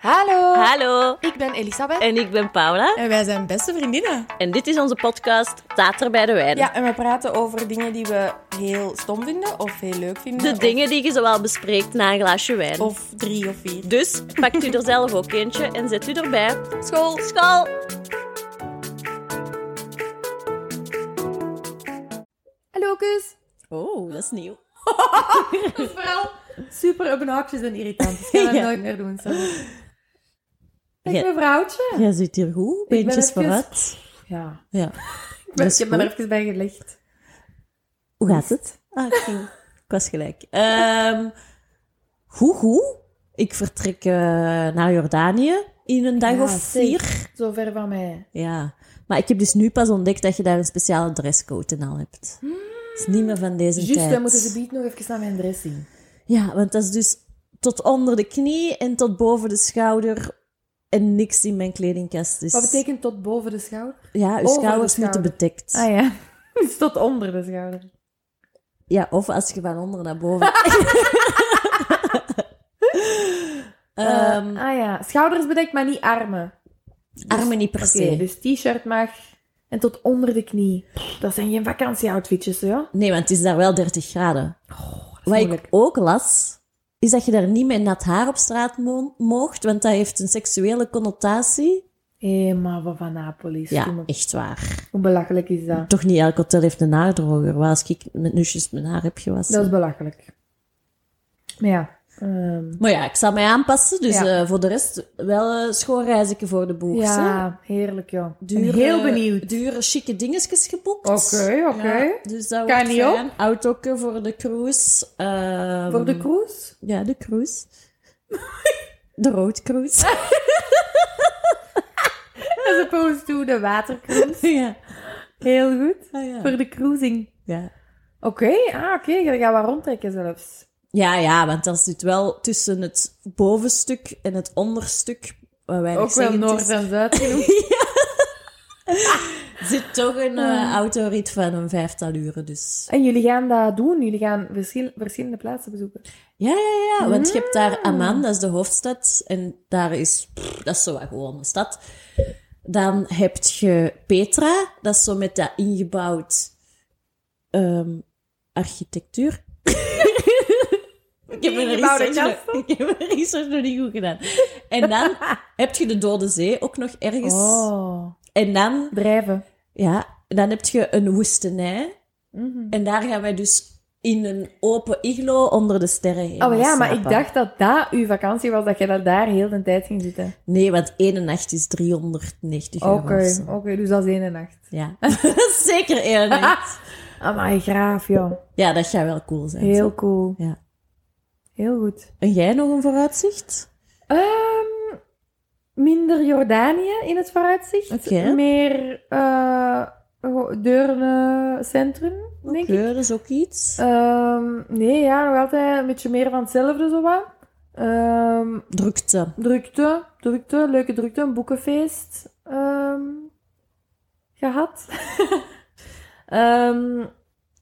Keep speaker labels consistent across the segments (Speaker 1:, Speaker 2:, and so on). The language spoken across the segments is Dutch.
Speaker 1: Hallo.
Speaker 2: Hallo,
Speaker 1: Ik ben Elisabeth.
Speaker 2: en ik ben Paula.
Speaker 1: En wij zijn beste vriendinnen.
Speaker 2: En dit is onze podcast Tater bij de Wijn.
Speaker 1: Ja, en we praten over dingen die we heel stom vinden of heel leuk vinden.
Speaker 2: De
Speaker 1: of-
Speaker 2: dingen die je zowel bespreekt na een glaasje wijn.
Speaker 1: Of drie of vier.
Speaker 2: Dus pakt u er zelf ook eentje en zet u erbij.
Speaker 1: School.
Speaker 2: School!
Speaker 1: Hallo, kus.
Speaker 2: Oh, dat is nieuw.
Speaker 3: Dus Vooral super obnoxious en irritant. Dus ik ga dat
Speaker 2: Ja.
Speaker 3: nooit meer doen. Sorry. Ik
Speaker 2: Ja.
Speaker 3: ben vrouwtje.
Speaker 2: Jij zit hier goed,
Speaker 3: ben beentjes even-
Speaker 2: vooruit.
Speaker 3: Ja.
Speaker 2: Ja.
Speaker 3: Ik, ben,
Speaker 1: Dus
Speaker 3: ik heb me er even bij gelegd.
Speaker 2: Hoe gaat het? Ah, ik, ging- ik was gelijk. Ehm goed, goed. Ik vertrek eh, naar Jordanië in een dag
Speaker 3: Ja,
Speaker 2: of
Speaker 3: zeg.
Speaker 2: vier.
Speaker 3: Zo ver van mij.
Speaker 2: Ja. Maar ik heb dus nu pas ontdekt dat je daar een speciale dresscode en al hebt. Het is niet meer van deze
Speaker 3: Juist,
Speaker 2: tijd.
Speaker 3: wij moeten ze biedt nog even naar mijn dress zien.
Speaker 2: Ja, want dat is dus tot onder de knie en tot boven de schouder en niks in mijn kledingkast. Dus,
Speaker 3: Wat betekent tot boven de schouder?
Speaker 2: Ja, uw
Speaker 3: over de
Speaker 2: schouders moeten
Speaker 3: schouder?
Speaker 2: bedekt.
Speaker 3: Ah ja. Dus tot onder de schouder.
Speaker 2: Ja, of als je van onder naar boven...
Speaker 3: Eh,
Speaker 2: Ehm,
Speaker 3: ah ja. Schouders bedekt, maar niet armen.
Speaker 2: armen niet per
Speaker 3: Oké,
Speaker 2: se.
Speaker 3: dus t-shirt mag. En tot onder de knie. Pff, Dat zijn geen vakantieoutfitjes, hè?
Speaker 2: Nee, want het is daar wel 30 graden. Wat
Speaker 3: moeilijk.
Speaker 2: ik ook las, is dat je daar niet met nat haar op straat mo- moogt, want dat heeft een seksuele connotatie.
Speaker 3: Hé, maar wat van Napolis. Doe
Speaker 2: Ja,
Speaker 3: maar.
Speaker 2: echt waar.
Speaker 3: Hoe belachelijk is dat?
Speaker 2: Toch niet elk hotel heeft een haardroger, waar als ik met nusjes mijn haar heb gewassen.
Speaker 3: Dat is belachelijk. Maar ja, ehm,
Speaker 2: Maar ja, ik zal mij aanpassen. Dus
Speaker 3: Ja.
Speaker 2: eh, voor de rest wel eh schoonreizeken voor de boeg. hè.
Speaker 3: ja heerlijk joh. Ik ben
Speaker 2: Dure-
Speaker 3: heel benieuwd.
Speaker 2: Dure, chique dingetjes geboekt.
Speaker 3: Oké, oké.
Speaker 2: dus dat
Speaker 3: Kan
Speaker 2: wordt
Speaker 3: niet
Speaker 2: fijn. Autootje voor de cruise. ehm,
Speaker 3: Voor de cruise?
Speaker 2: Ja, de cruise. de roodcruise.
Speaker 3: As opposed to de watercruise.
Speaker 2: ja.
Speaker 3: Heel goed.
Speaker 2: Ah, ja.
Speaker 3: Voor de cruising.
Speaker 2: Ja.
Speaker 3: Oké, ah, oké. Dan gaan we rondtrekken zelfs.
Speaker 2: ja, ja, want daar zit wel tussen het bovenstuk en het onderstuk, wat weinig
Speaker 3: Ook wel
Speaker 2: zeggend is,
Speaker 3: Noord en Zuid genoemd.
Speaker 2: zit toch een eh, autorit van een vijftal uren. Dus
Speaker 3: En jullie gaan dat doen. Jullie gaan verschil- verschillende plaatsen bezoeken.
Speaker 2: Ja, ja, ja. Want je hebt
Speaker 3: Ah.
Speaker 2: daar Amman, dat is de hoofdstad. En daar is... pff, dat is zo wat gewoon een stad. Dan heb je Petra. Dat is zo met dat ingebouwd... ehm, architectuur. ik, heb mijn
Speaker 3: Ingebouwde
Speaker 2: research nog, ik heb mijn research nog niet goed gedaan. En dan heb je de Dode Zee ook nog ergens.
Speaker 3: Oh,
Speaker 2: En dan...
Speaker 3: drijven.
Speaker 2: Ja, dan heb je een woestenij.
Speaker 3: Mhm.
Speaker 2: En daar gaan wij dus... In een open iglo onder de sterren heen.
Speaker 3: Oh ja, maar ik
Speaker 2: slapen.
Speaker 3: dacht dat dat uw vakantie was, dat je dat daar heel de tijd ging zitten.
Speaker 2: Nee, want één nacht is 390
Speaker 3: Oké,
Speaker 2: euro. of zo.
Speaker 3: oké. dus dat is één nacht.
Speaker 2: Ja, zeker één nacht.
Speaker 3: Amai, graaf, joh.
Speaker 2: Ja, dat gaat wel cool zijn.
Speaker 3: Heel cool.
Speaker 2: Ja.
Speaker 3: Heel goed.
Speaker 2: En jij nog een vooruitzicht?
Speaker 3: Ehm, minder Jordanië in het vooruitzicht.
Speaker 2: Oké.
Speaker 3: Meer eh Deurne centrum, denk
Speaker 2: Oké,
Speaker 3: ik.
Speaker 2: dat is ook iets.
Speaker 3: Ehm, nee, ja, nog altijd een beetje meer van hetzelfde, zo wat. Ehm,
Speaker 2: Drukte.
Speaker 3: drukte, drukte, leuke drukte, een boekenfeest ehm, gehad. Ehm,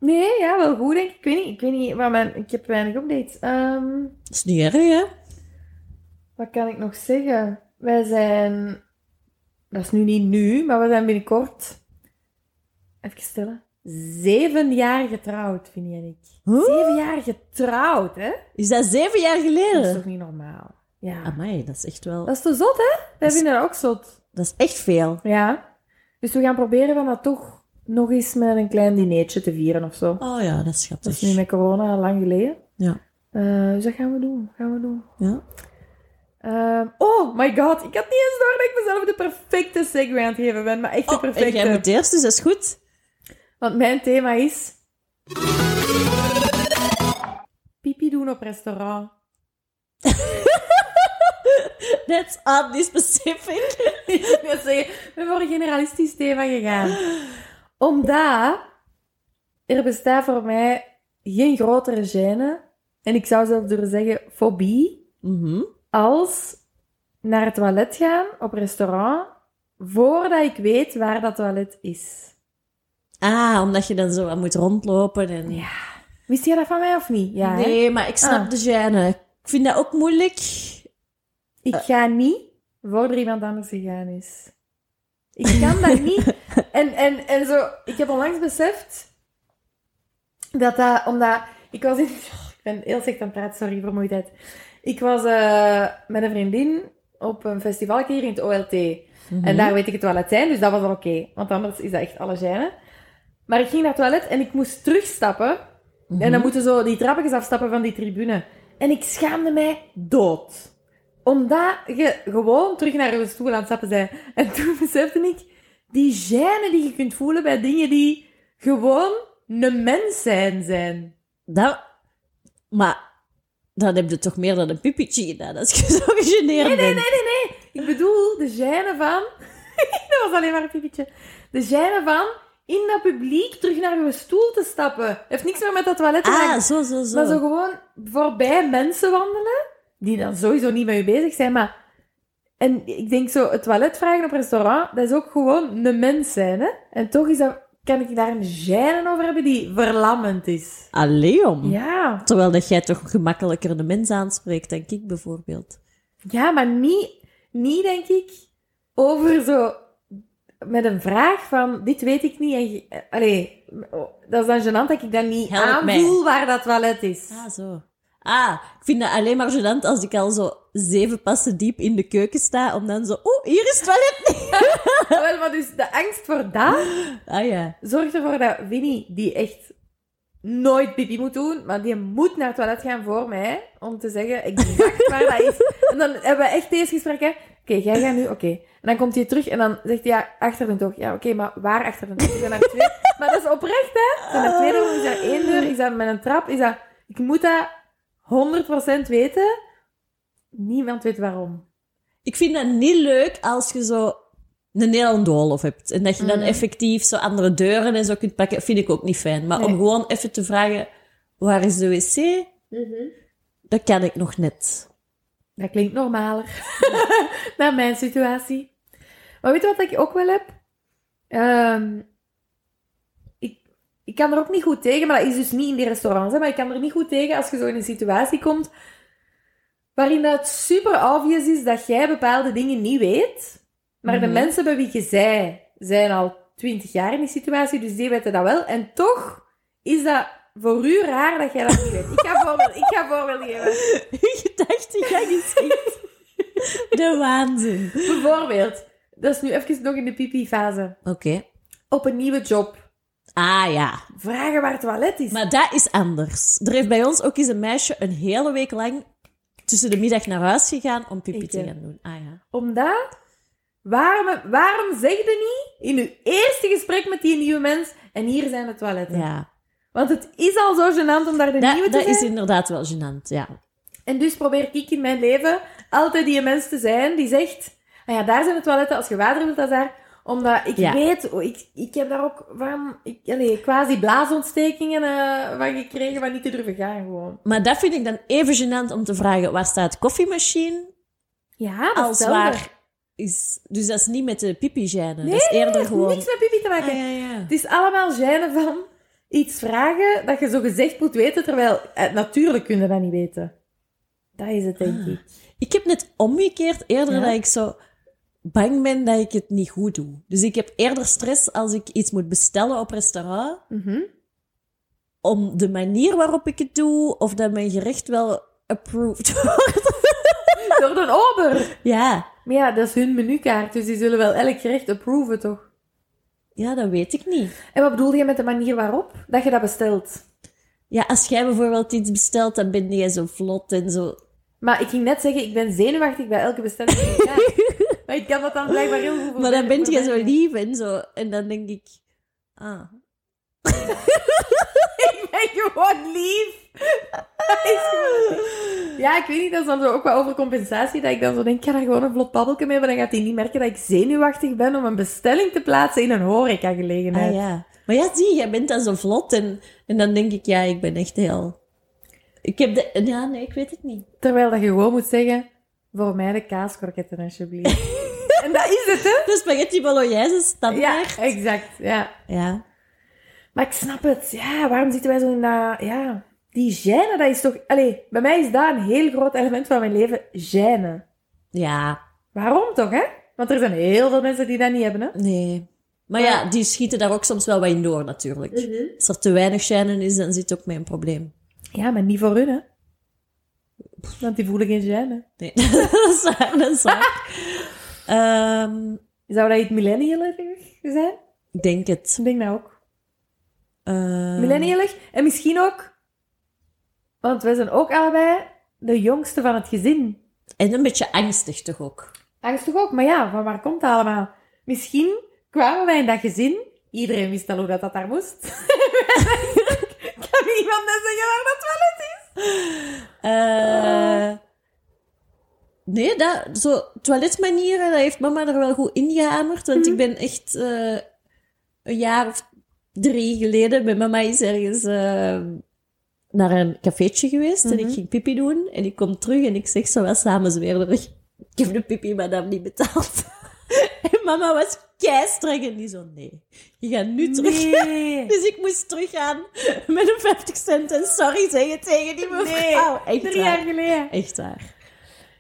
Speaker 3: nee, ja, wel goed, denk ik. Ik weet niet, ik weet niet, maar mijn, ik heb weinig updates. Ehm,
Speaker 2: Dat is niet erg, hè?
Speaker 3: Wat kan ik nog zeggen? Wij zijn. Dat is nu niet nu, maar we zijn binnenkort. Even stellen. Zeven jaar getrouwd, Vinnie en ik.
Speaker 2: Huh?
Speaker 3: Zeven jaar getrouwd, hè?
Speaker 2: Is dat zeven jaar
Speaker 3: Dat is
Speaker 2: geleden?
Speaker 3: toch niet normaal? Ja.
Speaker 2: Amai, dat is echt wel...
Speaker 3: Dat is te zot, hè? Wij
Speaker 2: Ah, is-
Speaker 3: vinden dat ook zot.
Speaker 2: Dat is echt veel.
Speaker 3: Ja. Dus we gaan proberen van dat toch nog eens met een klein dinertje te vieren of zo.
Speaker 2: Oh ja, dat is
Speaker 3: Dat is
Speaker 2: schattig.
Speaker 3: nu met corona al lang geleden.
Speaker 2: Ja.
Speaker 3: Eh, dus dat gaan we doen. Gaan we doen.
Speaker 2: Ja.
Speaker 3: Ehm, oh my god, ik had niet eens door dat ik mezelf de perfecte segue aan het geven ben, maar echt de
Speaker 2: Oh, en
Speaker 3: perfecte.
Speaker 2: jij moet eerst, dus dat is goed.
Speaker 3: Want mijn thema is... Pipi doen op restaurant.
Speaker 2: That's oddly specific.
Speaker 3: ik wil zeggen, we hebben voor een generalistisch thema gegaan. Omdat er bestaat voor mij geen grotere gêne, en ik zou zelfs durven zeggen fobie,
Speaker 2: Mhm.
Speaker 3: als naar het toilet gaan op restaurant voordat ik weet waar dat toilet is.
Speaker 2: Ah, omdat je dan zo wat moet rondlopen en...
Speaker 3: Ja. Wist jij dat van mij of niet? Ja. hè?
Speaker 2: Nee, maar ik snap
Speaker 3: Ah.
Speaker 2: de gêne. Ik vind dat ook moeilijk.
Speaker 3: Ik ga niet voor er iemand anders gegaan is. Ik kan dat niet. En, en, en zo, ik heb onlangs beseft dat dat, omdat ik was in. ik ben heel slecht aan het praten, sorry, vermoeidheid. Ik was eh, met een vriendin op een festival hier in het OLT.
Speaker 2: Mhm.
Speaker 3: En daar weet ik het wel Latijn, dus dat was al oké. Want anders is dat echt alle gêne. Maar ik ging naar het toilet en ik moest terugstappen.
Speaker 2: Mhm.
Speaker 3: En dan moeten zo die trappetjes afstappen van die tribune. En ik schaamde mij dood. Omdat je gewoon terug naar je stoel aan het stappen bent. En toen besefte ik die gêne die je kunt voelen bij dingen die gewoon een mens zijn zijn.
Speaker 2: Dat, maar dan heb je toch meer dan een pipietje gedaan als je zo gegeneerd
Speaker 3: Nee, nee, nee,
Speaker 2: bent.
Speaker 3: nee, nee. Ik bedoel, de gêne van... dat was alleen maar een piepetje. De gêne van in dat publiek terug naar uw stoel te stappen. Heeft niks meer met dat toilet te maken.
Speaker 2: Ah, zo, zo, zo.
Speaker 3: Maar zo gewoon voorbij mensen wandelen, die dan sowieso niet met je bezig zijn, maar... En ik denk zo, het toilet vragen op restaurant, dat is ook gewoon een mens zijn, hè? En toch is dat, kan ik daar een gêne over hebben die verlammend is.
Speaker 2: Allee, om.
Speaker 3: Ja.
Speaker 2: Terwijl dat jij toch gemakkelijker de mens aanspreekt dan ik bijvoorbeeld.
Speaker 3: Ja, maar niet, niet denk ik over zo met een vraag van dit weet ik niet. En, je- eh, allee, oh, dat is dan gênant dat ik dan niet
Speaker 2: Help
Speaker 3: aanvoel waar dat toilet is.
Speaker 2: Ah, zo. Ah, ik vind dat alleen maar gênant als ik al zo zeven passen diep in de keuken sta, om dan zo, oeh, hier is het toilet niet.
Speaker 3: Wel, maar dus de angst voor dat
Speaker 2: Ah ja.
Speaker 3: zorgt ervoor dat Winnie, die echt nooit pipi moet doen, maar die moet naar het toilet gaan voor mij, om te zeggen exact waar dat is. En dan hebben we echt deze gesprekken. Oké, jij gaat nu, oké. En dan komt hij terug en dan zegt hij, ja, achter de tocht. Ja, oké, maar waar achter de tocht? Er zijn er twee. Maar dat is oprecht, hè? Er zijn er twee deuren, is dat één deur, is dat met een trap, is dat... Ik moet dat 100% weten. Niemand weet waarom.
Speaker 2: Ik vind dat niet leuk als je zo een heel doolhof hebt. En dat je dan
Speaker 3: Mm.
Speaker 2: effectief zo andere deuren en zo kunt pakken, vind ik ook niet fijn. Maar om
Speaker 3: Nee.
Speaker 2: gewoon even te vragen, waar is de wc?
Speaker 3: Mhm.
Speaker 2: Dat kan ik nog net.
Speaker 3: Dat klinkt normaler. Naar mijn situatie. Maar weet je wat ik ook wel heb? Ehm, ik, ik kan er ook niet goed tegen, maar dat is dus niet in die restaurants. Hè, maar ik kan er niet goed tegen als je zo in een situatie komt waarin dat super obvious is dat jij bepaalde dingen niet weet. Maar
Speaker 2: Mhm.
Speaker 3: de mensen bij wie je zij zijn al twintig jaar in die situatie, dus die weten dat wel. En toch is dat voor u raar dat jij dat niet weet. Ik ga voorbeeld, ik ga voorbeeld geven.
Speaker 2: Gedachtegang is echt de waanzin.
Speaker 3: Bijvoorbeeld, dat is nu even nog in de pipi-fase.
Speaker 2: Oké.
Speaker 3: Op een nieuwe job.
Speaker 2: Ah ja.
Speaker 3: Vragen waar het toilet is.
Speaker 2: Maar dat is anders. Er heeft bij ons ook eens een meisje een hele week lang tussen de middag naar huis gegaan om pipi
Speaker 3: Ik,
Speaker 2: te
Speaker 3: eh,
Speaker 2: gaan doen. Ah ja.
Speaker 3: Omdat, waarom, waarom zeg je niet in uw eerste gesprek met die nieuwe mens, en hier zijn de toiletten?
Speaker 2: Ja.
Speaker 3: Want het is al zo gênant om daar de nieuwe
Speaker 2: Dat,
Speaker 3: te
Speaker 2: dat
Speaker 3: zijn.
Speaker 2: is inderdaad wel gênant, ja.
Speaker 3: En dus probeer ik in mijn leven altijd die mens te zijn die zegt... Nou ja, daar zijn de toiletten, als je water wilt, dat is daar. Omdat ik
Speaker 2: Ja.
Speaker 3: weet, oh, ik, ik heb daar ook van, ik, allee, quasi blaasontstekingen eh, van gekregen, van niet te durven gaan gewoon.
Speaker 2: Maar dat vind ik dan even gênant om te vragen, waar staat de koffiemachine?
Speaker 3: Ja, dat
Speaker 2: Als
Speaker 3: hetzelfde.
Speaker 2: waar is... Dus dat is niet met de pipi gêne.
Speaker 3: Nee,
Speaker 2: dat is eerder gewoon...
Speaker 3: niks met pipi te maken.
Speaker 2: Ah, ja, ja.
Speaker 3: Het is allemaal gêne van iets vragen dat je zo gezegd moet weten, terwijl eh, natuurlijk kun je dat niet weten. Dat is het, denk
Speaker 2: Ah.
Speaker 3: ik.
Speaker 2: Ik heb net omgekeerd eerder
Speaker 3: Ja?
Speaker 2: dat ik zo bang ben dat ik het niet goed doe. Dus ik heb eerder stress als ik iets moet bestellen op restaurant,
Speaker 3: Mhm.
Speaker 2: om de manier waarop ik het doe, of dat mijn gerecht wel approved wordt.
Speaker 3: Door de ober.
Speaker 2: ja.
Speaker 3: Maar ja, dat is hun menukaart, dus die zullen wel elk gerecht approven, toch?
Speaker 2: ja, dat weet ik niet.
Speaker 3: En wat bedoel je met de manier waarop dat je dat bestelt?
Speaker 2: Ja, als jij bijvoorbeeld iets bestelt, dan ben jij zo vlot en zo.
Speaker 3: Maar ik ging net zeggen, ik ben zenuwachtig bij elke bestelling. die ik krijg. maar ik kan dat dan blijkbaar heel goed
Speaker 2: Maar dan ben
Speaker 3: je
Speaker 2: je zo lief en zo. En dan denk ik, ah,
Speaker 3: Ik ben gewoon lief. Dat is gewoon lief. Ja, ik weet niet, dat is dan zo ook wel over compensatie. Dat ik dan zo denk, ik ga daar gewoon een vlot paddeltje mee. Maar dan gaat hij niet merken dat ik zenuwachtig ben om een bestelling te plaatsen in een horecagelegenheid.
Speaker 2: ah ja. Maar ja, zie, jij bent dan zo vlot. En, en dan denk ik, ja, ik ben echt heel... Ik heb de... Ja, nee, ik weet het niet.
Speaker 3: Terwijl dat je gewoon moet zeggen, voor mij de kaaskroketten alsjeblieft. en dat is het, hè?
Speaker 2: De spaghetti bolognese
Speaker 3: Ja,
Speaker 2: standaard.
Speaker 3: exact. Ja.
Speaker 2: ja.
Speaker 3: Maar ik snap het. Ja, waarom zitten wij zo in dat... Ja, die gêne, dat is toch... Allee, bij mij is dat een heel groot element van mijn leven. Gêne.
Speaker 2: Ja,
Speaker 3: Waarom toch, hè? Want er zijn heel veel mensen die dat niet hebben, hè?
Speaker 2: nee. Maar ja, die schieten daar ook soms wel wat in door, natuurlijk. Als er te weinig shinen is, dan zit ook mee een probleem.
Speaker 3: Ja, maar niet voor hun, hè? Want die voelen geen gêne.
Speaker 2: Nee, dat is waar, dat is waar. Ehm,
Speaker 3: Zou dat iets millennialig zijn?
Speaker 2: ik denk het.
Speaker 3: Ik denk dat ook.
Speaker 2: Ehm,
Speaker 3: Millennialig. En misschien ook... Want wij zijn ook allebei de jongste van het gezin.
Speaker 2: En een beetje angstig toch ook.
Speaker 3: Angstig ook, maar ja, van waar komt dat allemaal? Misschien kwamen wij in dat gezin. Iedereen wist al hoe dat, dat daar moest. kan niemand net zeggen waar dat wel is?
Speaker 2: Eh, Nee, dat, zo, toiletmanieren, dat heeft mama er wel goed ingehamerd. Want
Speaker 3: Mhm.
Speaker 2: ik ben echt eh, een jaar of drie geleden met mama is ergens eh, naar een cafeetje geweest. En
Speaker 3: Mhm.
Speaker 2: ik ging pipi doen. En ik kom terug en ik zeg zo wel samen zweerderig. Ik heb de pipi madame niet betaald. en mama was keistreng en die zo, nee, je gaat nu terug.
Speaker 3: Nee.
Speaker 2: Dus ik moest teruggaan met een 50 cent en sorry zeggen tegen die mevrouw.
Speaker 3: Nee,
Speaker 2: echt
Speaker 3: drie
Speaker 2: waar.
Speaker 3: jaar geleden.
Speaker 2: Echt waar.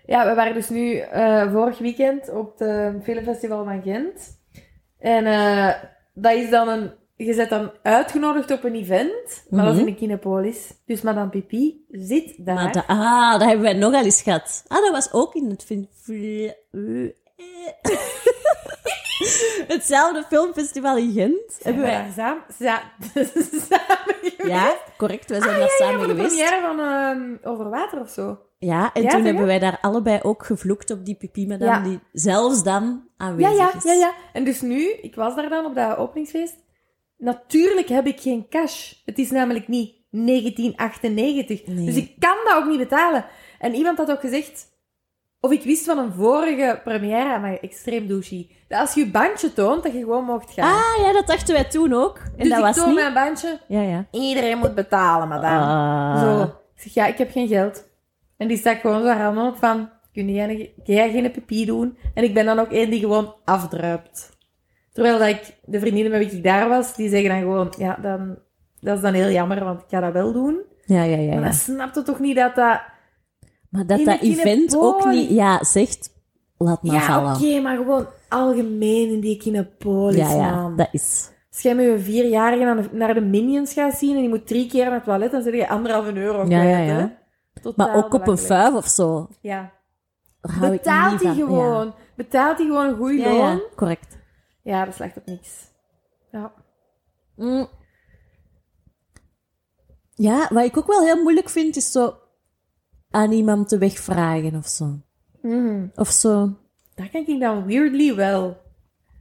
Speaker 3: Ja, we waren dus nu eh, vorig weekend op het filmfestival van Gent. En eh, dat is dan een... Je bent dan uitgenodigd op een event, maar dat is
Speaker 2: Mhm.
Speaker 3: in de Kinepolis. Dus Madame Pipi zit daar.
Speaker 2: Maar da- ah, dat hebben wij nogal eens gehad. Ah, dat was ook in het film... Hetzelfde filmfestival in Gent.
Speaker 3: Hebben
Speaker 2: Hebben
Speaker 3: we
Speaker 2: wij...
Speaker 3: daar samen, sa- samen geweest?
Speaker 2: Ja, correct. Wij zijn daar samen
Speaker 3: Ah, voor de
Speaker 2: geweest.
Speaker 3: première van ehm, Over Water of zo.
Speaker 2: Ja, en
Speaker 3: Ja, zeg
Speaker 2: toen
Speaker 3: je?
Speaker 2: hebben wij daar allebei ook gevloekt op die pipi madame
Speaker 3: Ja.
Speaker 2: die zelfs dan
Speaker 3: Ja,
Speaker 2: aanwezig
Speaker 3: ja,
Speaker 2: is.
Speaker 3: ja, ja. En dus nu, ik was daar dan op dat openingsfeest. Natuurlijk heb ik geen cash. Het is namelijk niet 1998.
Speaker 2: Nee.
Speaker 3: Dus ik kan dat ook niet betalen. En iemand had ook gezegd, of ik wist van een vorige première, maar extreem douchey, dat als je je bandje toont, dat je gewoon mocht gaan.
Speaker 2: Ah, ja, dat dachten wij toen ook. En
Speaker 3: dus
Speaker 2: dat
Speaker 3: ik
Speaker 2: was
Speaker 3: toon
Speaker 2: niet...
Speaker 3: mijn bandje,
Speaker 2: Ja, ja.
Speaker 3: iedereen moet betalen, madame.
Speaker 2: Ah.
Speaker 3: Zo. Ik zeg, ja, ik heb geen geld. En die stak gewoon zo haar handen op van, kun jij, kun jij geen pipi doen? En ik ben dan ook één die gewoon afdruipt. Terwijl dat ik, de vriendinnen met wie ik daar was, die zeggen dan gewoon, ja, dan, dat is dan heel jammer, want ik ga dat wel doen.
Speaker 2: Ja, ja, ja.
Speaker 3: Maar
Speaker 2: ja.
Speaker 3: dan snapt het toch niet dat dat...
Speaker 2: Maar dat
Speaker 3: In
Speaker 2: dat
Speaker 3: de
Speaker 2: event
Speaker 3: kinepoli.
Speaker 2: ook niet... Ja, zegt... Laat maar
Speaker 3: ja,
Speaker 2: vallen.
Speaker 3: oké, maar gewoon algemeen in die kinopolis,
Speaker 2: Ja, ja,
Speaker 3: man.
Speaker 2: dat is...
Speaker 3: Als jij met je vierjarige naar de, naar de Minions gaat zien en je moet drie keer naar het toilet, dan zit je anderhalve euro
Speaker 2: Ja, ja,
Speaker 3: kwijt,
Speaker 2: ja.
Speaker 3: hè.
Speaker 2: Maar
Speaker 3: Totaal
Speaker 2: ook op een
Speaker 3: belachelijk.
Speaker 2: vuif of zo.
Speaker 3: Ja.
Speaker 2: Daar hou ik
Speaker 3: Betaalt
Speaker 2: niet
Speaker 3: hij
Speaker 2: van. Ja.
Speaker 3: gewoon. Betaalt hij gewoon een goed
Speaker 2: Ja, ja,
Speaker 3: loon.
Speaker 2: correct.
Speaker 3: Ja, dat slaagt op niks. Ja.
Speaker 2: Mm. Ja, wat ik ook wel heel moeilijk vind, is zo aan iemand de weg vragen of zo.
Speaker 3: Mm.
Speaker 2: Of zo.
Speaker 3: Daar kan ik dan weirdly wel.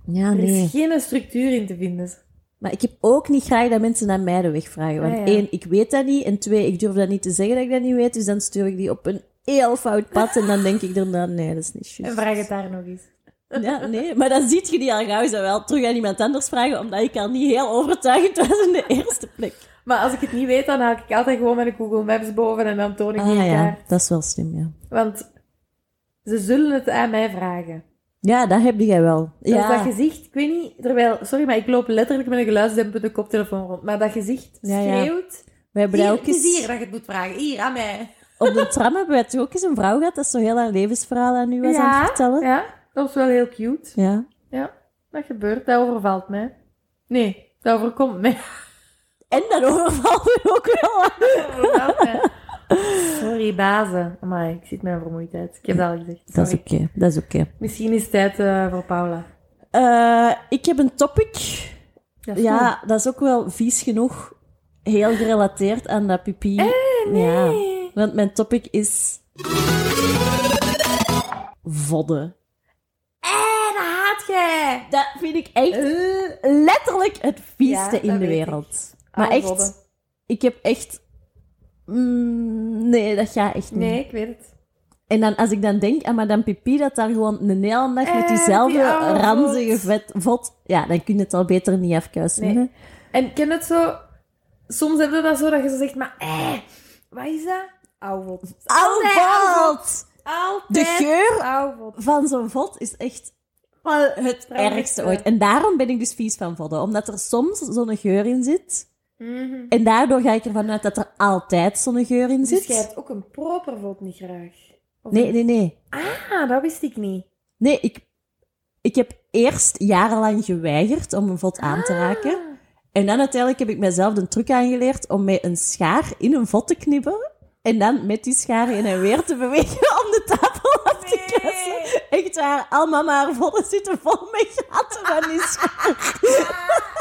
Speaker 2: Ja,
Speaker 3: Er
Speaker 2: Oh, nee. Dus-
Speaker 3: is geen structuur in te vinden.
Speaker 2: Maar ik heb ook niet graag dat mensen naar mij de weg vragen. Want
Speaker 3: Ah, ja.
Speaker 2: één, ik weet dat niet. En twee, ik durf dat niet te zeggen dat ik dat niet weet. Dus dan stuur ik die op een heel fout pad. En dan denk ik daarna, nee, dat is niet juist.
Speaker 3: En vraag het daar nog eens.
Speaker 2: Ja, nee, maar dan ziet je die al gauw zo wel terug aan iemand anders vragen, omdat ik al niet heel overtuigend was in de eerste plek.
Speaker 3: Maar als ik het niet weet, dan haal ik altijd gewoon mijn Google Maps boven en dan toon ik die
Speaker 2: Ah ja,
Speaker 3: elkaar.
Speaker 2: dat is wel slim, ja.
Speaker 3: Want ze zullen het aan mij vragen.
Speaker 2: Ja, dat heb jij wel.
Speaker 3: Dus dat
Speaker 2: Ja,
Speaker 3: gezicht, ik weet niet, terwijl, sorry, maar ik loop letterlijk met een geluidsdempende koptelefoon rond. Maar dat gezicht
Speaker 2: Ja, ja.
Speaker 3: schreeuwt.
Speaker 2: we hebben
Speaker 3: Hier,
Speaker 2: daar ook
Speaker 3: het is hier
Speaker 2: eens,
Speaker 3: dat je het moet vragen. Hier, aan mij.
Speaker 2: op de tram hebben wij toch ook eens een vrouw gehad dat zo heel haar levensverhaal aan u was aan het vertellen. Ja.
Speaker 3: ja, dat was wel heel cute. Dat gebeurt, dat overvalt mij. Nee, dat overkomt mij.
Speaker 2: En dat overvalt me ook wel aan.
Speaker 3: Dat overvalt mij. Sorry, bazen. Maar ik zit mijn vermoeidheid. Ik heb dat al gezegd.
Speaker 2: Dat is
Speaker 3: Sorry.
Speaker 2: oké, dat is oké.
Speaker 3: Misschien is het tijd eh, voor Paula.
Speaker 2: Eh, ik heb een topic.
Speaker 3: Dat is
Speaker 2: Ja, dat is ook wel vies genoeg. Heel gerelateerd aan dat pipi. Ja,
Speaker 3: goed.
Speaker 2: want mijn topic is... Vodden.
Speaker 3: Eh, dat haat jij.
Speaker 2: Dat vind ik echt letterlijk het vieste
Speaker 3: Eh. Ja,
Speaker 2: in
Speaker 3: dat
Speaker 2: de
Speaker 3: weet
Speaker 2: wereld.
Speaker 3: Ah,
Speaker 2: Maar echt,
Speaker 3: Aanvodden.
Speaker 2: ik heb echt... Mm, nee, dat gaat echt niet.
Speaker 3: Nee, ik weet het.
Speaker 2: En dan, als ik dan denk aan Madame Pipi, dat daar gewoon een hele nacht met
Speaker 3: Eh, die
Speaker 2: diezelfde
Speaker 3: oude
Speaker 2: ranzige
Speaker 3: vod.
Speaker 2: vet, vod... Ja, dan kun je het al beter niet afkuisen.
Speaker 3: Nee.
Speaker 2: hè.
Speaker 3: En ken het zo... Soms heb je dat zo, dat je zo zegt, maar eh, wat is dat? Auwvot.
Speaker 2: Au,
Speaker 3: Altijd
Speaker 2: vod!
Speaker 3: oh,
Speaker 2: De
Speaker 3: Altijd
Speaker 2: geur
Speaker 3: auwvot.
Speaker 2: van zo'n vod is echt wel het ergste ooit. En daarom ben ik dus vies van vodden. Omdat er soms zo'n geur in zit.
Speaker 3: Mhm.
Speaker 2: En daardoor ga ik ervan uit dat er altijd zo'n geur in
Speaker 3: Dus
Speaker 2: zit.
Speaker 3: jij hebt ook een proper vod niet graag. Of-
Speaker 2: Nee, nee, nee.
Speaker 3: Ah, dat wist ik niet.
Speaker 2: Nee, ik, ik heb eerst jarenlang geweigerd om een vod aan te raken.
Speaker 3: Ah.
Speaker 2: En dan uiteindelijk heb ik mezelf een truc aangeleerd om met een schaar in een vod te knippen. En dan met die schaar in en weer te bewegen om de tafel af te krassen. Echt waar, allemaal maar vodden zitten vol met gaten van die schaar.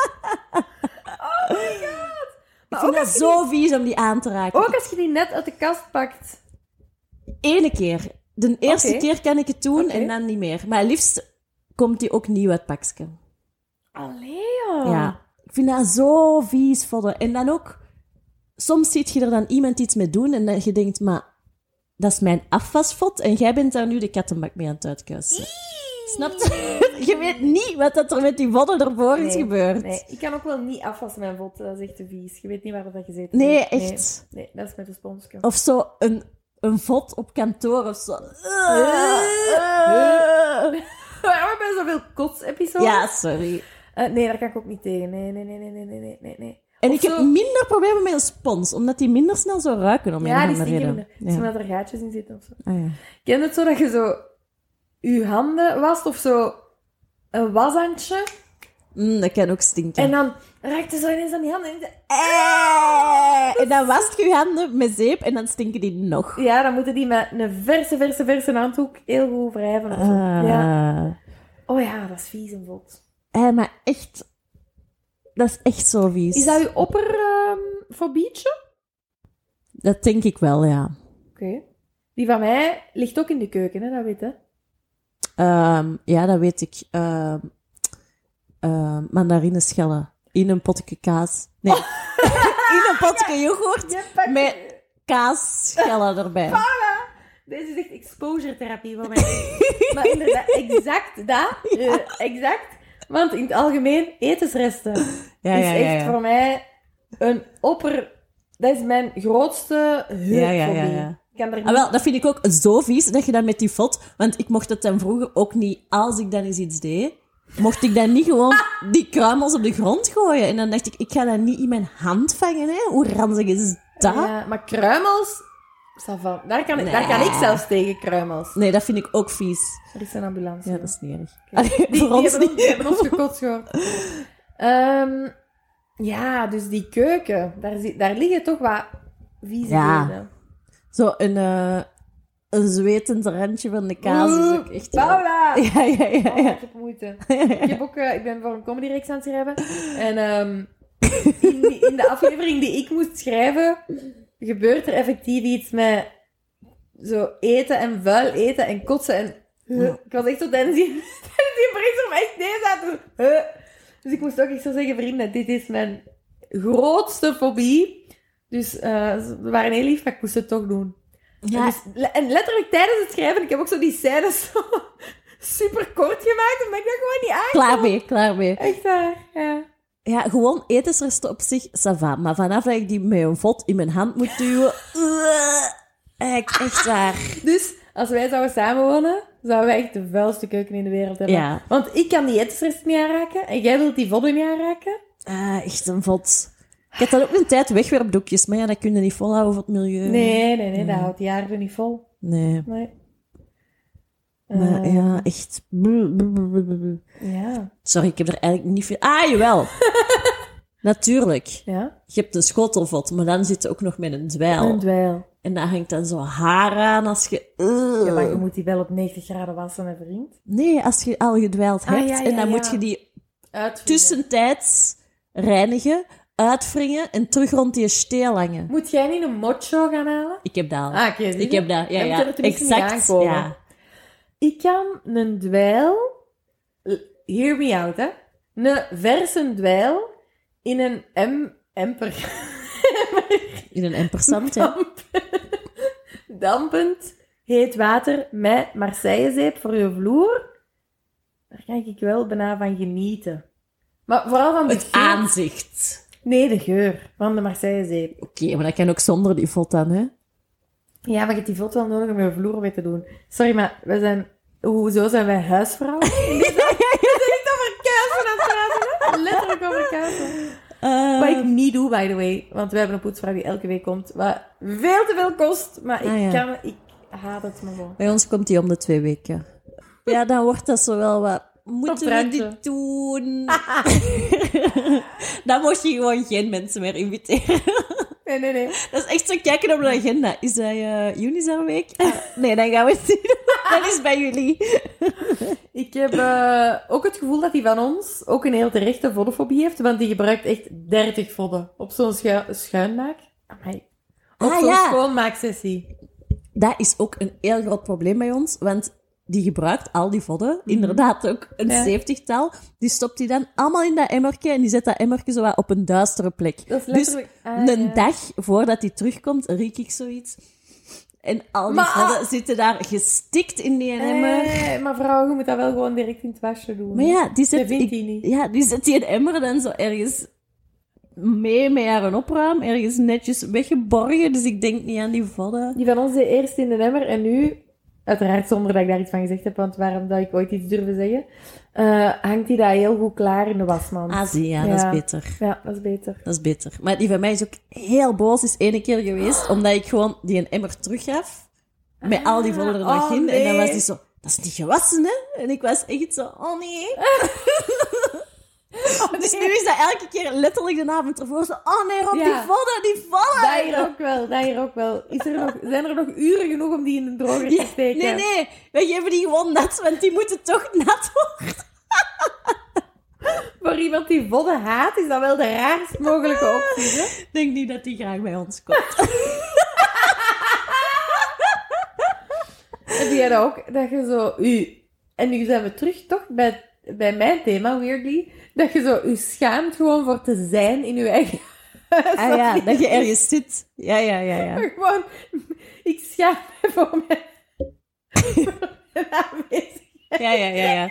Speaker 3: Maar
Speaker 2: Ik
Speaker 3: ook
Speaker 2: vind
Speaker 3: als
Speaker 2: dat
Speaker 3: je
Speaker 2: zo vies om die aan te raken.
Speaker 3: Ook als je die net uit de kast pakt.
Speaker 2: Ene keer. De eerste
Speaker 3: Oké.
Speaker 2: keer kan ik het doen
Speaker 3: Oké.
Speaker 2: en dan niet meer. Maar liefst komt die ook nieuw uit het pakje.
Speaker 3: Allee, joh.
Speaker 2: Ja. Ik vind dat zo vies vodden. En dan ook, soms ziet je er dan iemand iets mee doen en dan je denkt, maar dat is mijn afwasvod en jij bent daar nu de kattenbak mee aan het uitkuisen. Snap je? Je weet niet wat dat er met die vodden ervoor is
Speaker 3: Nee,
Speaker 2: gebeurd.
Speaker 3: Nee, ik kan ook wel niet afwassen mijn vod. Dat is echt te vies. Je weet niet waar dat gezeten
Speaker 2: Nee,
Speaker 3: heeft.
Speaker 2: echt. Oh.
Speaker 3: Nee, dat is met een sponsje.
Speaker 2: Of zo een, een vod op kantoor of zo.
Speaker 3: Waarom hebben we zoveel kotsepisodes?
Speaker 2: Ja, sorry.
Speaker 3: Eh, nee, daar kan ik ook niet tegen. Nee, nee, nee, nee, nee, nee, nee, nee, nee.
Speaker 2: En
Speaker 3: Of
Speaker 2: ik heb
Speaker 3: zo-
Speaker 2: minder problemen met een spons, omdat die minder snel zou ruiken om
Speaker 3: Ja,
Speaker 2: een
Speaker 3: die
Speaker 2: of andere
Speaker 3: stinken.
Speaker 2: reden.
Speaker 3: minder. Het is
Speaker 2: Ja.
Speaker 3: omdat er gaatjes in zitten of zo.
Speaker 2: Ah, ja.
Speaker 3: Ken je het zo dat je zo je handen wast of zo een washandje
Speaker 2: Mm, dat kan ook stinken.
Speaker 3: en dan raakt je zo ineens aan die handen. en je-
Speaker 2: Eh, En dan wast je je handen met zeep en dan stinken die nog.
Speaker 3: Ja, dan moeten die met een verse, verse, verse handdoek heel goed wrijven of zo. Ja.
Speaker 2: Ah.
Speaker 3: Oh ja, dat is vies en vod.
Speaker 2: Eh, maar echt, dat is echt zo vies.
Speaker 3: Is dat ehm, je opperfobietje?
Speaker 2: Dat denk ik wel, ja.
Speaker 3: Oké. Die van mij ligt ook in de keuken, hè, dat weet je.
Speaker 2: Ehm, ja, dat weet ik. Ehm ehm, mandarine schellen in een potje kaas. Nee, in een potje yoghurt met kaasschellen erbij.
Speaker 3: Deze is echt exposure therapie voor mij. maar inderdaad, exact dat. eh, exact. Want in het algemeen, etensresten
Speaker 2: Ja,
Speaker 3: is
Speaker 2: ja, ja,
Speaker 3: echt
Speaker 2: ja.
Speaker 3: voor mij een opper... Dat is mijn grootste hulpfobie.
Speaker 2: Ja, ja, ja, ja.
Speaker 3: Ik kan er niet...
Speaker 2: Ah, wel, dat vind ik ook zo vies dat je dat met die vod. Want ik mocht dat dan vroeger ook niet, als ik dan eens iets deed, mocht ik dan niet gewoon die kruimels op de grond gooien. En dan dacht ik, ik ga dat niet in mijn hand vangen, hè? Hoe ranzig is dat?
Speaker 3: Ja, maar kruimels... ça va. Daar kan, ik, daar kan
Speaker 2: Nee.
Speaker 3: ik zelfs tegen, kruimels.
Speaker 2: Nee, dat vind ik ook vies.
Speaker 3: Er is een ambulance.
Speaker 2: Ja, dat is niet erg.
Speaker 3: Oké.
Speaker 2: Allee,
Speaker 3: Die,
Speaker 2: voor
Speaker 3: die
Speaker 2: ons
Speaker 3: hebben,
Speaker 2: niet.
Speaker 3: ons, die hebben ons gekotst gewoon. Ehm, ja, dus die keuken, daar, zi- daar liggen toch wat vieze
Speaker 2: Ja.
Speaker 3: dingen.
Speaker 2: Zo een, eh, een zwetend randje van de kaas is ook echt... wel-
Speaker 3: Paula!
Speaker 2: Ja, ja, ja.
Speaker 3: Oh,
Speaker 2: ja.
Speaker 3: ik heb moeite. Ik, heb ook, eh, ik ben voor een comedyreeks aan het schrijven. En ehm, in, die- in de aflevering die ik moest schrijven, gebeurt er effectief iets met zo eten en vuil eten en kotsen. En, huh. Ik was echt zo tijdens die, tijdens die bericht om echt nee aan te doen. Huh. Dus ik moest ook echt zo zeggen, vrienden, dit is mijn grootste fobie. Dus eh, ze waren heel lief, maar ik moest het toch doen. En,
Speaker 2: Ja,
Speaker 3: dus le- en letterlijk tijdens het schrijven, ik heb ook zo die scènes zo super kort gemaakt, omdat ik dat gewoon niet aan.
Speaker 2: klaar mee, klaar mee.
Speaker 3: Echt waar, ja.
Speaker 2: Ja, gewoon etensresten op zich, ça va. Maar vanaf dat ik die met een vod in mijn hand moet duwen... eh, ik- echt waar.
Speaker 3: Dus als wij zouden samenwonen, zouden wij echt de vuilste keuken in de wereld hebben.
Speaker 2: Ja.
Speaker 3: Want ik kan die etensresten niet aanraken en jij wilt die vodden niet aanraken.
Speaker 2: Ah, echt een vod. Ik had dan ook een tijd wegwerpdoekjes, maar ja, dat kun je niet volhouden voor het milieu.
Speaker 3: Nee, nee,
Speaker 2: Mm.
Speaker 3: nee, dat houdt jaren niet vol.
Speaker 2: Nee.
Speaker 3: Nee.
Speaker 2: Maar
Speaker 3: Eh,
Speaker 2: ja, echt... Blu, blu, blu, blu, blu.
Speaker 3: ja.
Speaker 2: Sorry, ik heb er eigenlijk niet veel... Ah, jawel. Natuurlijk.
Speaker 3: Ja.
Speaker 2: Je hebt een schotelvot, maar dan zit er ook nog met een dweil.
Speaker 3: Een dweil.
Speaker 2: En daar hangt dan zo haar aan als je... eh,
Speaker 3: Ja, maar je moet die wel op 90 graden wassen, hè, vriend.
Speaker 2: Nee, als je al gedweild
Speaker 3: Ah,
Speaker 2: hebt.
Speaker 3: ja, ja,
Speaker 2: en dan
Speaker 3: ja.
Speaker 2: moet je die
Speaker 3: Uit.
Speaker 2: tussentijds reinigen, uitwringen en terug rond die steel hangen.
Speaker 3: Moet jij niet een mocho gaan halen?
Speaker 2: Ik heb dat al.
Speaker 3: Ah, oké. zie
Speaker 2: ik
Speaker 3: je?
Speaker 2: heb dat, ja,
Speaker 3: Je moet
Speaker 2: ja.
Speaker 3: er tenminste niet
Speaker 2: Exact,
Speaker 3: aankomen.
Speaker 2: ja.
Speaker 3: Ik kan een dweil, hear me out, hè? Een verse dweil in een em, emper.
Speaker 2: In een impersant, hè.
Speaker 3: damp- dampend heet water met Marseillezeep voor je vloer. Daar kan ik wel bijna van genieten. Maar vooral van de
Speaker 2: Het
Speaker 3: geur.
Speaker 2: aanzicht.
Speaker 3: Nee, de geur van de Marseillezeep.
Speaker 2: Oké, maar dat kan ook zonder die vod dan, hè.
Speaker 3: Ja, maar je hebt die vult wel nodig om je vloer mee te doen. Sorry, maar wij zijn... Hoezo zijn wij huisvrouwen? We zijn niet over kuisen aan het praten. hè? Letterlijk over kuisen.
Speaker 2: Eh,
Speaker 3: Wat ik niet doe, by the way. Want we hebben een poetsvrouw die elke week komt. Wat veel te veel kost. Maar ik
Speaker 2: Ah, ja.
Speaker 3: kan... Ik, haat het maar wel.
Speaker 2: Bij ons komt die om de twee weken. Ja, dan wordt dat zo wel wat... Moeten we
Speaker 3: Topruimte.
Speaker 2: dit doen? dan mocht je gewoon geen mensen meer inviteren.
Speaker 3: Nee, nee, nee.
Speaker 2: Dat is echt zo kijken op de agenda. Is dat eh juni zo'n week? nee, dan gaan we het niet doen. Dat is bij jullie.
Speaker 3: Ik heb eh, ook het gevoel dat hij van ons ook een heel terechte voddenfobie heeft, want die gebruikt echt 30 vodden op zo'n schu- schuinmaak. Amai. Op
Speaker 2: Ah,
Speaker 3: zo'n
Speaker 2: ja.
Speaker 3: schoonmaaksessie.
Speaker 2: Dat is ook een heel groot probleem bij ons, want die gebruikt al die vodden, inderdaad ook een
Speaker 3: Mhm. Ja.
Speaker 2: zeventigtal. Die stopt die dan allemaal in dat emmertje en die zet dat emmertje zo wat op een duistere plek.
Speaker 3: Dat is
Speaker 2: Dus
Speaker 3: letterlijk... ah,
Speaker 2: een
Speaker 3: ja.
Speaker 2: dag voordat die terugkomt, riek ik zoiets. En al die
Speaker 3: Maar-
Speaker 2: vodden zitten daar gestikt in die emmer.
Speaker 3: Eh, maar vrouw, je moet dat wel gewoon direct in het wasje doen.
Speaker 2: Maar ja, die
Speaker 3: dat
Speaker 2: zet,
Speaker 3: vindt
Speaker 2: ik-
Speaker 3: hij niet.
Speaker 2: ja, die zet die emmer dan zo ergens mee met haar opruim, ergens netjes weggeborgen. Dus ik denk niet aan die vodden.
Speaker 3: Die van ons deed eerst in de emmer en nu, uiteraard zonder dat ik daar iets van gezegd heb, want waarom dat ik ooit iets durfde zeggen, eh, hangt hij dat heel goed klaar in de wasmand.
Speaker 2: Ah, zie, ja, dat
Speaker 3: Ja.
Speaker 2: is beter.
Speaker 3: Ja, dat is beter.
Speaker 2: Dat is beter. Maar die van mij is ook heel boos, is ene keer geweest, omdat ik gewoon die een emmer teruggaf. Met al die vodden er
Speaker 3: Ah,
Speaker 2: nog
Speaker 3: oh
Speaker 2: in. En dan
Speaker 3: nee.
Speaker 2: was die zo, dat is niet gewassen, hè? En ik was echt zo, oh nee. Dus nu is dat elke keer letterlijk de avond ervoor zo, oh nee, Rob,
Speaker 3: Ja.
Speaker 2: die vodden, die vodden.
Speaker 3: Dat hier ook wel, dat hier ook wel. Is er nog, zijn er nog uren genoeg om die in de droger te steken?
Speaker 2: Nee, nee, wij geven die gewoon nat, want die moeten toch nat worden.
Speaker 3: Voor iemand die vodden haat, is dat wel de raarst mogelijke
Speaker 2: Ah.
Speaker 3: optie. hè?
Speaker 2: Ik denk niet dat die graag bij ons komt.
Speaker 3: Heb jij dat ook? Dat je zo u... En nu zijn we terug toch bij, bij mijn thema, weirdly. Dat je zo u schaamt gewoon voor te zijn in je eigen...
Speaker 2: Ah ja, dat je ergens zit. Ja, ja, ja, ja.
Speaker 3: Gewoon, ik schaam me voor mijn... voor mijn aanwezigheid.
Speaker 2: Ja, ja, ja, ja.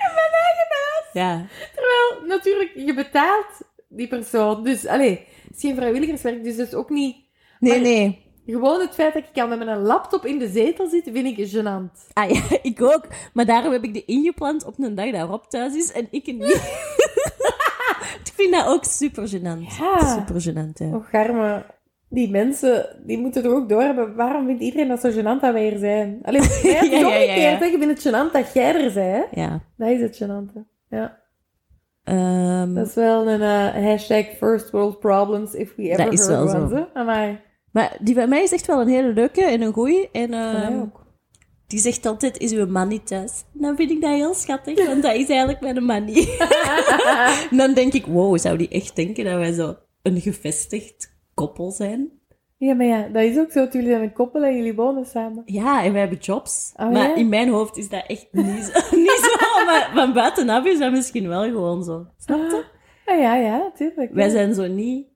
Speaker 2: Ja,
Speaker 3: Terwijl, natuurlijk, je betaalt die persoon. Dus, allee, het is geen vrijwilligerswerk, dus dat is ook niet...
Speaker 2: nee,
Speaker 3: Maar-
Speaker 2: nee.
Speaker 3: Gewoon het feit dat ik al met mijn laptop in de zetel zit, vind ik gênant.
Speaker 2: Ah ja, ik ook. Maar daarom heb ik die ingepland op een dag dat Rob thuis is en ik niet. ik vind dat ook super gênant.
Speaker 3: Ja.
Speaker 2: Super gênant, ja.
Speaker 3: Och, arme. Die mensen, die moeten toch ook doorhebben. Waarom vindt iedereen dat zo gênant dat wij er zijn? Alleen, jij hebt het
Speaker 2: Ja, ja,
Speaker 3: omgekeerd,
Speaker 2: ja, ja.
Speaker 3: hè. Je vindt het gênant dat jij er bent.
Speaker 2: Ja.
Speaker 3: Dat is het gênante. Ja.
Speaker 2: Ehm,
Speaker 3: Dat is wel een eh, hashtag first world problems if we ever
Speaker 2: Dat is
Speaker 3: heard
Speaker 2: wel
Speaker 3: one.
Speaker 2: zo.
Speaker 3: hè. Amai.
Speaker 2: maar die bij mij is echt wel een hele leuke en een goeie. En
Speaker 3: Van mij
Speaker 2: ehm,
Speaker 3: ook.
Speaker 2: die zegt altijd, is uw man niet thuis? Dan vind ik dat heel schattig, want dat is eigenlijk mijn man niet. en dan denk ik, wow, zou die echt denken dat wij zo een gevestigd koppel zijn?
Speaker 3: Ja, maar ja, dat is ook zo. want Jullie zijn een koppel en jullie wonen samen.
Speaker 2: Ja, en wij hebben jobs.
Speaker 3: Oh,
Speaker 2: maar
Speaker 3: ja?
Speaker 2: in mijn hoofd is dat echt niet zo. niet zo maar van buitenaf is dat misschien wel gewoon zo. Snap je?
Speaker 3: Ah, ja, ja, tuurlijk.
Speaker 2: Wij zijn zo niet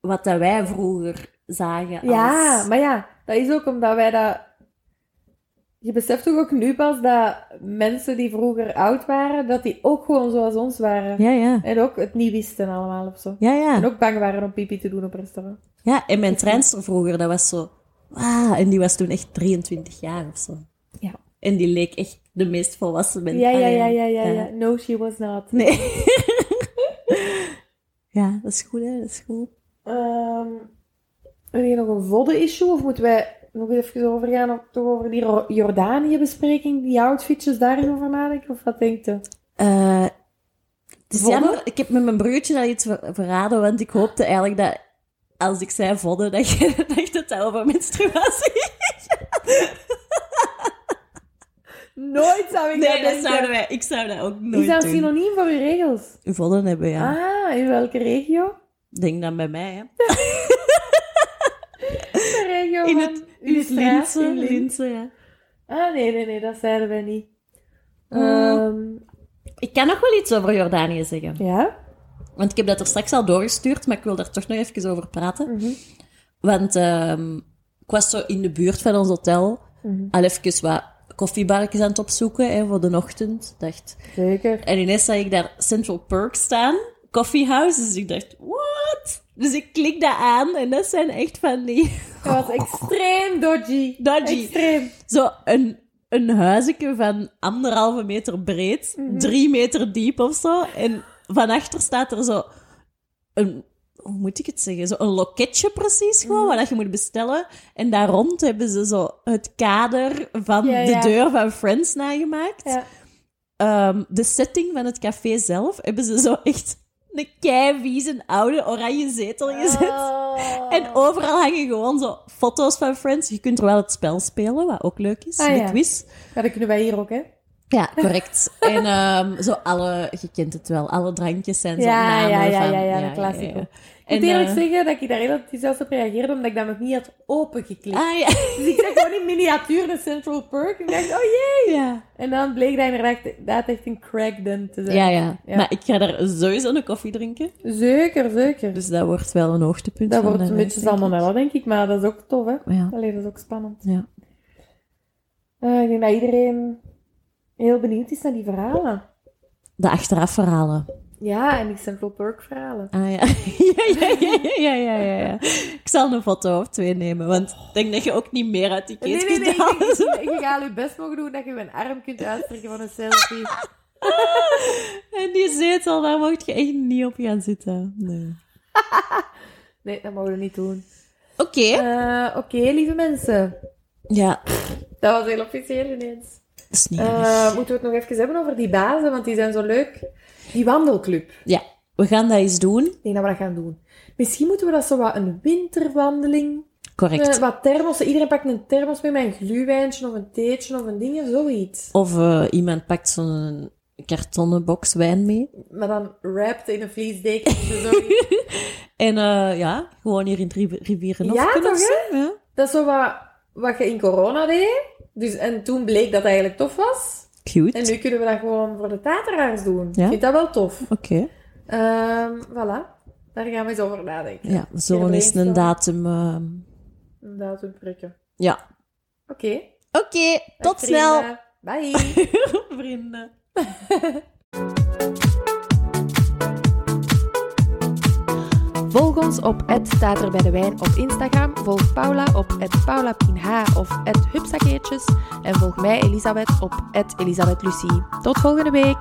Speaker 2: wat dat wij vroeger zagen als...
Speaker 3: Ja, maar ja, dat is ook omdat wij dat. Je beseft toch ook nu pas dat mensen die vroeger oud waren, dat die ook gewoon zoals ons waren.
Speaker 2: Ja, ja.
Speaker 3: En ook het niet wisten allemaal of zo.
Speaker 2: Ja, ja.
Speaker 3: En ook bang waren om pipi te doen op restaurant.
Speaker 2: Ja, en mijn treinster vroeger, dat was zo... Wauw, en die was toen echt 23 jaar of zo.
Speaker 3: Ja.
Speaker 2: En die leek echt de meest volwassen mens.
Speaker 3: Ja, ja,
Speaker 2: Allee,
Speaker 3: ja, ja, ja,
Speaker 2: ja.
Speaker 3: ja. No, she was not.
Speaker 2: Nee. ja, dat is goed, hè. Dat is goed.
Speaker 3: Ehm heb je nog een vodden-issue? Of moeten wij nog even overgaan op toch over die Ro- Jordanië-bespreking? Die outfitjes daar eens over nadenken? Of wat denkt u?
Speaker 2: Eh, het is
Speaker 3: Vodden?
Speaker 2: jammer, ik heb met mijn broertje daar iets ver- verraden, want ik hoopte eigenlijk dat als ik zei vodden, dat je dacht dat dat over menstruatie ging.
Speaker 3: Nooit zou ik
Speaker 2: Nee, dat
Speaker 3: denken.
Speaker 2: zouden wij, ik zou dat ook
Speaker 3: Is
Speaker 2: nooit
Speaker 3: dat een
Speaker 2: doen.
Speaker 3: synoniem voor uw regels?
Speaker 2: Vodden hebben, ja.
Speaker 3: Ah, in welke regio?
Speaker 2: Denk dan bij mij, hè.
Speaker 3: De regio van
Speaker 2: In het, in het
Speaker 3: illustratie,
Speaker 2: Linse,
Speaker 3: Lin-
Speaker 2: Linse, ja.
Speaker 3: Ah, nee, nee, nee, dat zeiden wij niet.
Speaker 2: Mm.
Speaker 3: Ehm,
Speaker 2: Ik kan nog wel iets over Jordanië zeggen.
Speaker 3: ja?
Speaker 2: Want ik heb dat er straks al doorgestuurd, maar ik wil daar toch nog even over praten.
Speaker 3: Mhm.
Speaker 2: Want ehm, ik was zo in de buurt van ons hotel
Speaker 3: Mhm.
Speaker 2: al even wat koffiebarretjes aan het opzoeken hè, voor de ochtend. Dacht,
Speaker 3: Zeker.
Speaker 2: En ineens zag ik daar Central Perk staan, Coffee House. Dus ik dacht, what? Dus ik klik daar aan en dat zijn echt van die...
Speaker 3: Dat was extreem dodgy.
Speaker 2: Dodgy.
Speaker 3: Extreem.
Speaker 2: Zo een, een huizenke van anderhalve meter
Speaker 3: Mhm.
Speaker 2: breed, drie meter diep of zo. En van achter staat er zo een hoe moet ik het zeggen? Zo een loketje precies gewoon,
Speaker 3: Mhm.
Speaker 2: wat dat je moet bestellen. En daar rond hebben ze zo het kader van
Speaker 3: Ja,
Speaker 2: de
Speaker 3: ja.
Speaker 2: deur van Friends nagemaakt.
Speaker 3: Ja.
Speaker 2: Ehm, de setting van het café zelf hebben ze zo echt een keivies, een oude oranje zetel gezet.
Speaker 3: Oh.
Speaker 2: En overal hangen gewoon zo foto's van Friends. Je kunt wel het spel spelen, wat ook leuk is,
Speaker 3: Ah,
Speaker 2: de
Speaker 3: ja.
Speaker 2: quiz.
Speaker 3: Ja, dat kunnen wij hier ook, hè?
Speaker 2: Ja, correct. en ehm, zo alle, je kent het wel, alle drankjes zijn zo
Speaker 3: Ja,
Speaker 2: namen
Speaker 3: ja, ja,
Speaker 2: van...
Speaker 3: ja, ja, de klassieker. Ik
Speaker 2: En,
Speaker 3: moet eerlijk
Speaker 2: eh,
Speaker 3: zeggen dat ik daar heel enthousiast op reageerde, omdat ik dat nog niet had opengeklikt.
Speaker 2: Ah, ja.
Speaker 3: Dus ik zag gewoon in miniatuur de Central Perk. En ik dacht, oh jee.
Speaker 2: ja.
Speaker 3: En dan bleek dat inderdaad dat echt een crackden te zijn.
Speaker 2: Ja, ja,
Speaker 3: Ja.
Speaker 2: Maar ik ga daar sowieso een koffie drinken.
Speaker 3: Zeker, zeker.
Speaker 2: Dus dat wordt wel een hoogtepunt
Speaker 3: dat
Speaker 2: van
Speaker 3: wordt
Speaker 2: de
Speaker 3: een
Speaker 2: reis,
Speaker 3: beetje
Speaker 2: denk ik.
Speaker 3: salmonella, denk ik. Maar dat is ook tof, hè?
Speaker 2: Ja.
Speaker 3: Allee, dat is ook spannend.
Speaker 2: ja.
Speaker 3: Eh, ik denk dat iedereen heel benieuwd is naar die verhalen.
Speaker 2: De achterafverhalen.
Speaker 3: Ja, en die Central Perk verhalen.
Speaker 2: Ah ja. ja, ja, ja, ja, ja, ja, ja. Ik zal een foto of twee nemen, want ik denk dat je ook niet meer uit die
Speaker 3: Nee,
Speaker 2: kees
Speaker 3: nee, nee. Ik
Speaker 2: kunt
Speaker 3: denk,
Speaker 2: halen.
Speaker 3: dat je- je gaat je best mogen doen dat je een arm kunt uitstrekken van een selfie.
Speaker 2: En die zetel, daar mocht je echt niet op gaan zitten. Nee.
Speaker 3: Nee, dat mogen we niet doen.
Speaker 2: Oké.
Speaker 3: Eh, Oké, lieve mensen.
Speaker 2: Ja, dat
Speaker 3: Dat was heel officieel ineens.
Speaker 2: is niet
Speaker 3: Eh,
Speaker 2: erg.
Speaker 3: moeten we het nog even hebben over die bazen, want die zijn zo leuk. Die wandelclub.
Speaker 2: Ja, we gaan dat eens doen.
Speaker 3: Ik denk dat we dat gaan doen. Misschien moeten we dat zo wat een winterwandeling.
Speaker 2: Correct.
Speaker 3: eh, wat thermossen. Iedereen pakt een thermos mee met een gluwijntje of een theetje of een ding, zoiets.
Speaker 2: Of eh, iemand pakt zo'n kartonnen box wijn mee.
Speaker 3: Maar dan wrapped in een vliesdeken. zo.
Speaker 2: En eh, ja, gewoon hier in het rivieren
Speaker 3: Ja, toch,
Speaker 2: of zo. Ja.
Speaker 3: Dat is zo wat, wat je in corona deed. Dus, en toen bleek dat dat eigenlijk tof was.
Speaker 2: Cute.
Speaker 3: En nu kunnen we dat gewoon voor de tateraars doen.
Speaker 2: Ja.
Speaker 3: Ik vind dat wel tof.
Speaker 2: Oké,
Speaker 3: Ehm, voilà. Daar gaan we eens over nadenken.
Speaker 2: ja, we zullen eens een
Speaker 3: brainstorm.
Speaker 2: datum... ehm,
Speaker 3: Een datum prikken.
Speaker 2: Ja.
Speaker 3: Oké.
Speaker 2: Oké, tot snel.
Speaker 3: Prima. Bye.
Speaker 2: Vrienden.
Speaker 3: Volg ons op Staat er bij de wijn op Instagram. Volg Paula op paulapinh of hupsakeertjes. En volg mij, Elisabeth, op Elisabeth Lucie. Tot volgende week!